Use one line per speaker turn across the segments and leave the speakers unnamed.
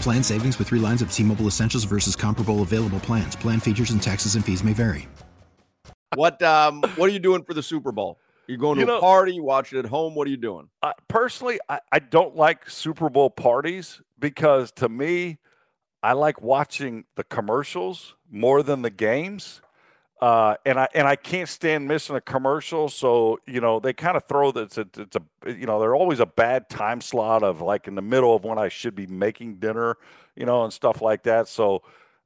Plan savings with three lines of T Mobile Essentials versus comparable available plans. Plan features and taxes and fees may vary.
What um what are you doing for the Super Bowl? You're going to
You
a
know-
party, you watch it at home. What are you doing?
I, personally, I, I don't like Super Bowl parties because to me, I like watching the commercials more than the games. Uh, and I and I can't stand missing a commercial. So you know they kind of throw that it's a, it's a you know they're always a bad time slot of like in the middle of when I should be making dinner, you know, and stuff like that. So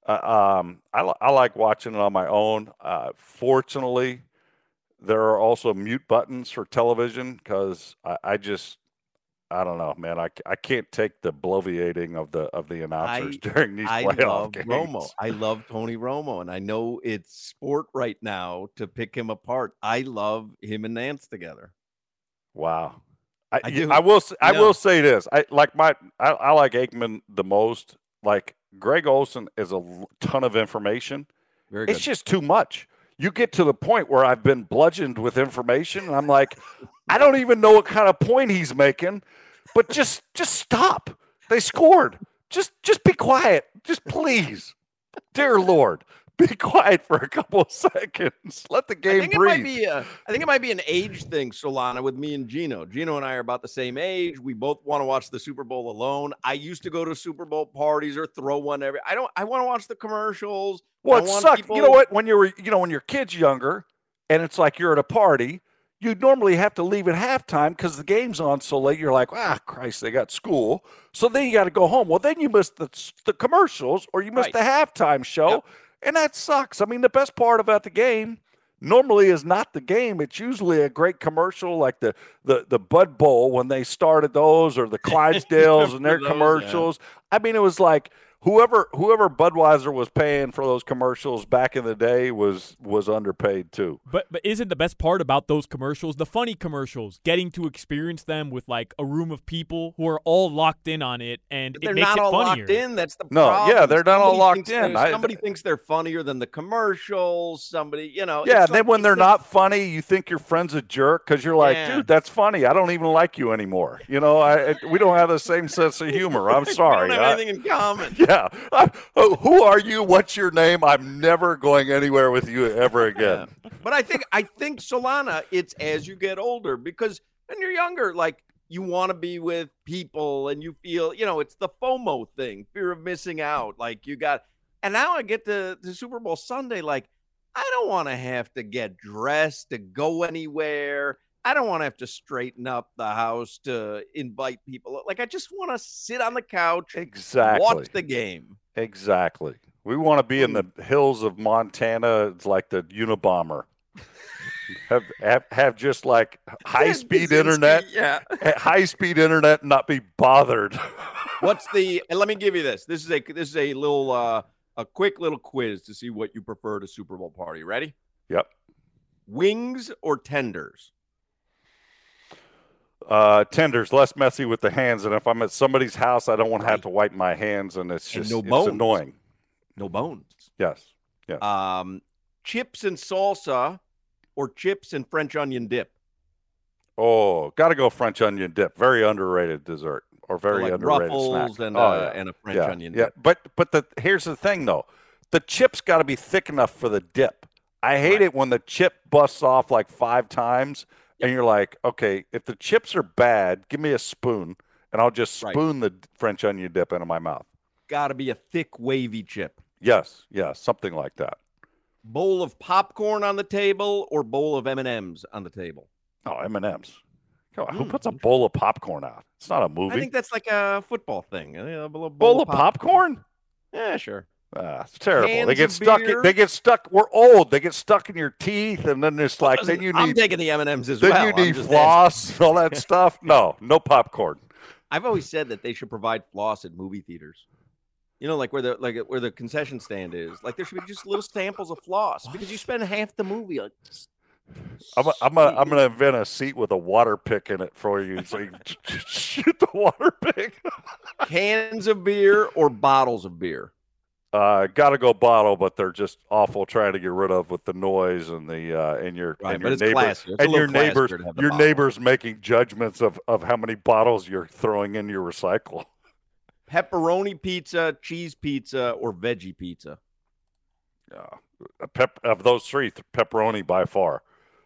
uh, um, I li- I like watching it on my own. Uh, fortunately, there are also mute buttons for television because I, I just I don't know, man. I, c- I can't take the bloviating of the of the announcers during these
I
playoff
love
games.
Romo. I love Tony Romo, and I know it's sport right now to pick him apart. I love him and Nance together.
Wow. I,
I
y-
do.
I will s- I
No.
will say this. I like my I, I like Aikman the most. Like Greg Olson is a l- ton of information.
Very
It's just too much. You get to the point where I've been bludgeoned with information and I'm like, I don't even know what kind of point he's making, but just just stop. They scored. Just just be quiet. Just please. Dear Lord, be quiet for a couple of seconds. Let the
I
game
think
breathe.
it might be a, I think it might be an age thing, Solana, with me and Gino. Gino and I are about the same age. We both want to watch the Super Bowl alone. I used to go to Super Bowl parties or throw one every. I don't. I want to watch the commercials. I
Well, it
want
sucked. You know
people-
what? When you were, you know, when your kid's younger, and it's like you're at a party, you normally have to leave at halftime because the game's on so late. You're like, ah, Christ, they got school. So then you got to go home. Well, then you missed the s- the commercials or you missed the halftime show, and that sucks. I mean, the best part about the game normally is not the game. It's usually a great commercial like the the the Bud Bowl when they started those or the Clydesdales and their
Remember those, yeah.
commercials. I mean, it was like whoever whoever Budweiser was paying for those commercials back in the day was was underpaid too.
But but isn't the best part about those commercials the funny commercials? Getting to experience them with like a room of people who are all locked in on it, and
But
it
they're
makes
not
it
all
funnier.
locked in. That's the
No, yeah,
problem.
they're not all
Somebody
locked
thinks they're-
in. I-
somebody thinks they're funnier than the commercials. Somebody, you know.
Yeah,
Oh, it's
and then
like-
when they're
it's just-
not funny, you think your friend's a jerk because you're like,
Yeah.
dude, that's funny. I don't even like you anymore. You know, I it- we don't have the same sense of humor. I'm sorry.
we don't
I-
have anything in common.
yeah. I- who- who are you? What's your name? I'm never going anywhere with you ever again.
But I think I think Solana, it's as you get older because when you're younger, like you want to be with people and you feel, you know, it's the FOMO thing, fear of missing out. Like you got and now I get to, to Super Bowl Sunday, like I don't want to have to get dressed to go anywhere. I don't want to have to straighten up the house to invite people. Like I just want to sit on the couch,
Exactly.
watch the game.
Exactly. We want to be in the hills of Montana. It's like the Unabomber. have, have have just like high speed internet,
Yeah.
high speed internet, and not be bothered.
What's the? And let me give you this. This is a this is a little uh, a quick little quiz to see what you prefer to Super Bowl party. Ready?
Yep.
Wings or tenders?
Uh, tenders less messy with the hands, and if I'm at somebody's house, I don't want to have
Right.
to wipe my hands, and it's
And
just
no
it's
bones.
annoying.
No bones.
Yes.
Um, chips and salsa, or chips and French onion dip.
Oh, got to go French onion dip. Very underrated dessert, or
So
very
like
underrated
ruffles
snack.
and
Oh,
uh,
yeah.
and a French
yeah,
onion
yeah.
dip.
But but the here's the thing though, the chip's got to be thick enough for the dip. I hate
Right.
it when the chip busts off like five times, and you're like, okay, if the chips are bad, give me a spoon, and I'll just
Right.
spoon the French onion dip into my mouth.
Got to be a thick, wavy chip.
Yes, yes, something like that.
Bowl of popcorn on the table or bowl of M and M's on the table.
Oh, M and M's. Who
Mm,
puts a bowl of popcorn out? It's not a movie.
I think that's like a football thing. A little bowl,
bowl, of popcorn?
Yeah, sure.
Ah, it's terrible. they
Cans
get
of
stuck. In,
beer.
they get stuck. We're old. They get stuck in your teeth, and then it's like then you
I'm
need
taking the M and M's as
then
well.
you
I'm
need
just
floss, all that stuff. No, no popcorn.
I've always said that they should provide floss at movie theaters. You know, like where the like where the concession stand is. Like there should be just little samples of floss because you spend half the movie like
I'm a, I'm a, I'm gonna invent a seat with a water pick in it for you, so you can shoot the water pick.
cans of beer or bottles of beer.
Uh, gotta go bottle, but they're just awful trying to get rid of with the noise and the uh, and your
Right,
and
but
your
it's
neighbors
classier. It's a
and your
little classier
neighbors
to have the
your
bottle.
neighbors making judgments of of how many bottles you're throwing in your recycle.
Pepperoni pizza, cheese pizza, or veggie pizza.
Yeah, A pep of those three, th- pepperoni by far.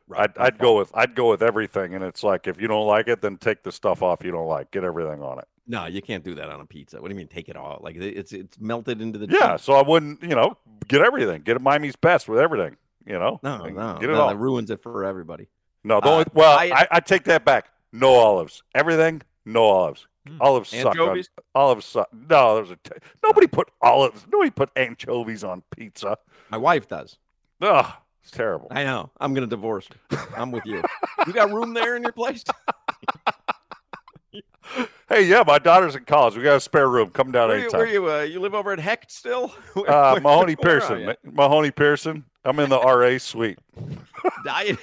Right,
I'd, I'd go with I'd go with everything, and it's like if you don't like it, then take the stuff off you don't like. Get everything on it.
No, you can't do that on a pizza. What do you mean take it all? Like it- it's it's melted into the
Yeah,
cheese.
so I wouldn't, you know, get everything. Get Miami's best with everything. You know,
No,
Like,
no,
get it
no,
all.
that ruins it for everybody.
no, the
uh,
only, well, I,
I-
I, take that back. No olives. Everything. No olives.
Hmm.
Olives suck. On,
Anchovies?
olives suck. No, there's a t- nobody put olives. Nobody put anchovies on pizza.
My wife does.
Ugh, it's terrible.
I know. I'm gonna divorce. her. I'm with you. You got room there in your place?
Hey, yeah, my daughter's in college. We got a spare room. Come down
Where you,
anytime.
where you, uh, you live over at Hecht still? Where-
uh,
where-
Mahoney
where are
Pearson.
you?
ma- Mahoney Pearson. I'm in the RA suite.
Diet.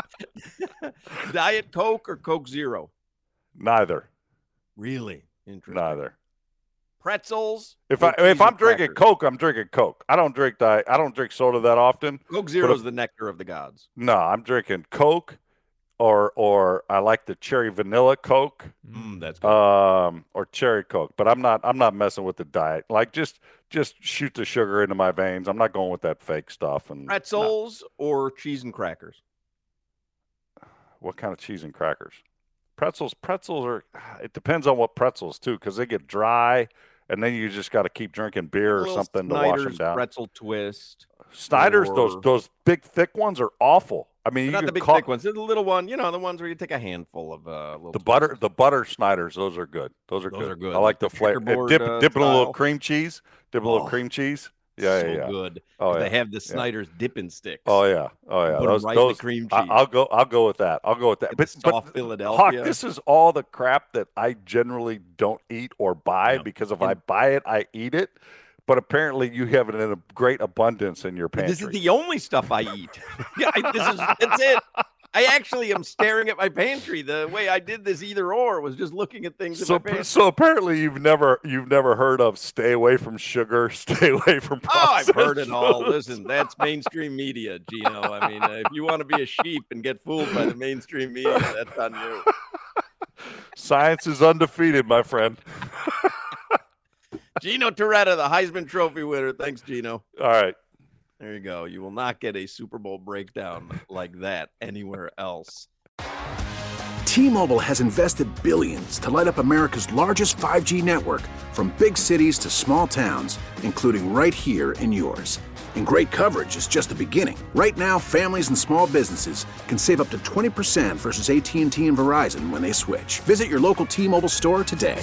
Diet Coke or Coke Zero?
Neither.
Really interesting.
Neither.
Pretzels.
If I
or cheese
if
and
I'm drinking
crackers?
Coke, I'm drinking Coke. I don't drink diet. I don't drink soda that often.
Coke Zero
if-
is the nectar of the gods.
No, I'm drinking Coke, or or I like the cherry vanilla Coke,
Mm, that's good.
um, or cherry Coke. But I'm not I'm not messing with the diet. Like just just shoot the sugar into my veins. I'm not going with that fake stuff. And no.
pretzels or cheese and crackers?
what kind of cheese and crackers? Pretzels. Pretzels are. It depends on what pretzels too, because they get dry, and then you just got to keep drinking beer or
Little
something to wash them
Snyder's
down.
Pretzel twist.
Snyder's those
or-
those big thick ones are awful. I mean, you
Not
can
the big
call,
thick ones. They're the little one. You know the ones where you take a handful of uh, little
The
twists.
butter, the butter Schneiders, those are good. Those are,
Those
good.
are good,
I
like
like
the
the flavor.
checkerboard,
dip,
uh,
dip in a
style.
little cream cheese. Dip in a little
Oh,
cream cheese. Yeah,
so
yeah, yeah.
good.
Oh
They
yeah.
have the Snyder's dipping sticks.
Oh yeah. Oh
You
yeah.
put 'em
Those,
right in the
those.
cream
I,
cheese.
I'll go. I'll go with that. I'll go with that.
Get the
But, but
soft
Hawk,
Philadelphia.
this is all the crap that I generally don't eat or buy
Yeah.
because if
And-
I buy it, I eat it. But apparently, you have it in a great abundance in your pantry.
This is the only stuff I eat. yeah, I, this is that's it. I actually am staring at my pantry. The way I did this either or was just looking at things in
so,
my
p-
pantry.
so apparently you've never you've never heard of stay away from sugar, stay away from
Oh, I've
processed
heard it all.
foods.
Listen, that's mainstream media, Gino. I mean, uh, if you want to be a sheep and get fooled by the mainstream media, that's on you.
Science is undefeated, my friend.
Gino Toretta, the Heisman Trophy winner. Thanks, Gino.
All right.
There you go. You will not get a Super Bowl breakdown like that anywhere else.
T-Mobile has invested billions to light up America's largest 5G network from big cities to small towns, including right here in yours. And great coverage is just the beginning. Right now, families and small businesses can save up to 20% versus AT&T and Verizon when they switch. Visit your local T-Mobile store today.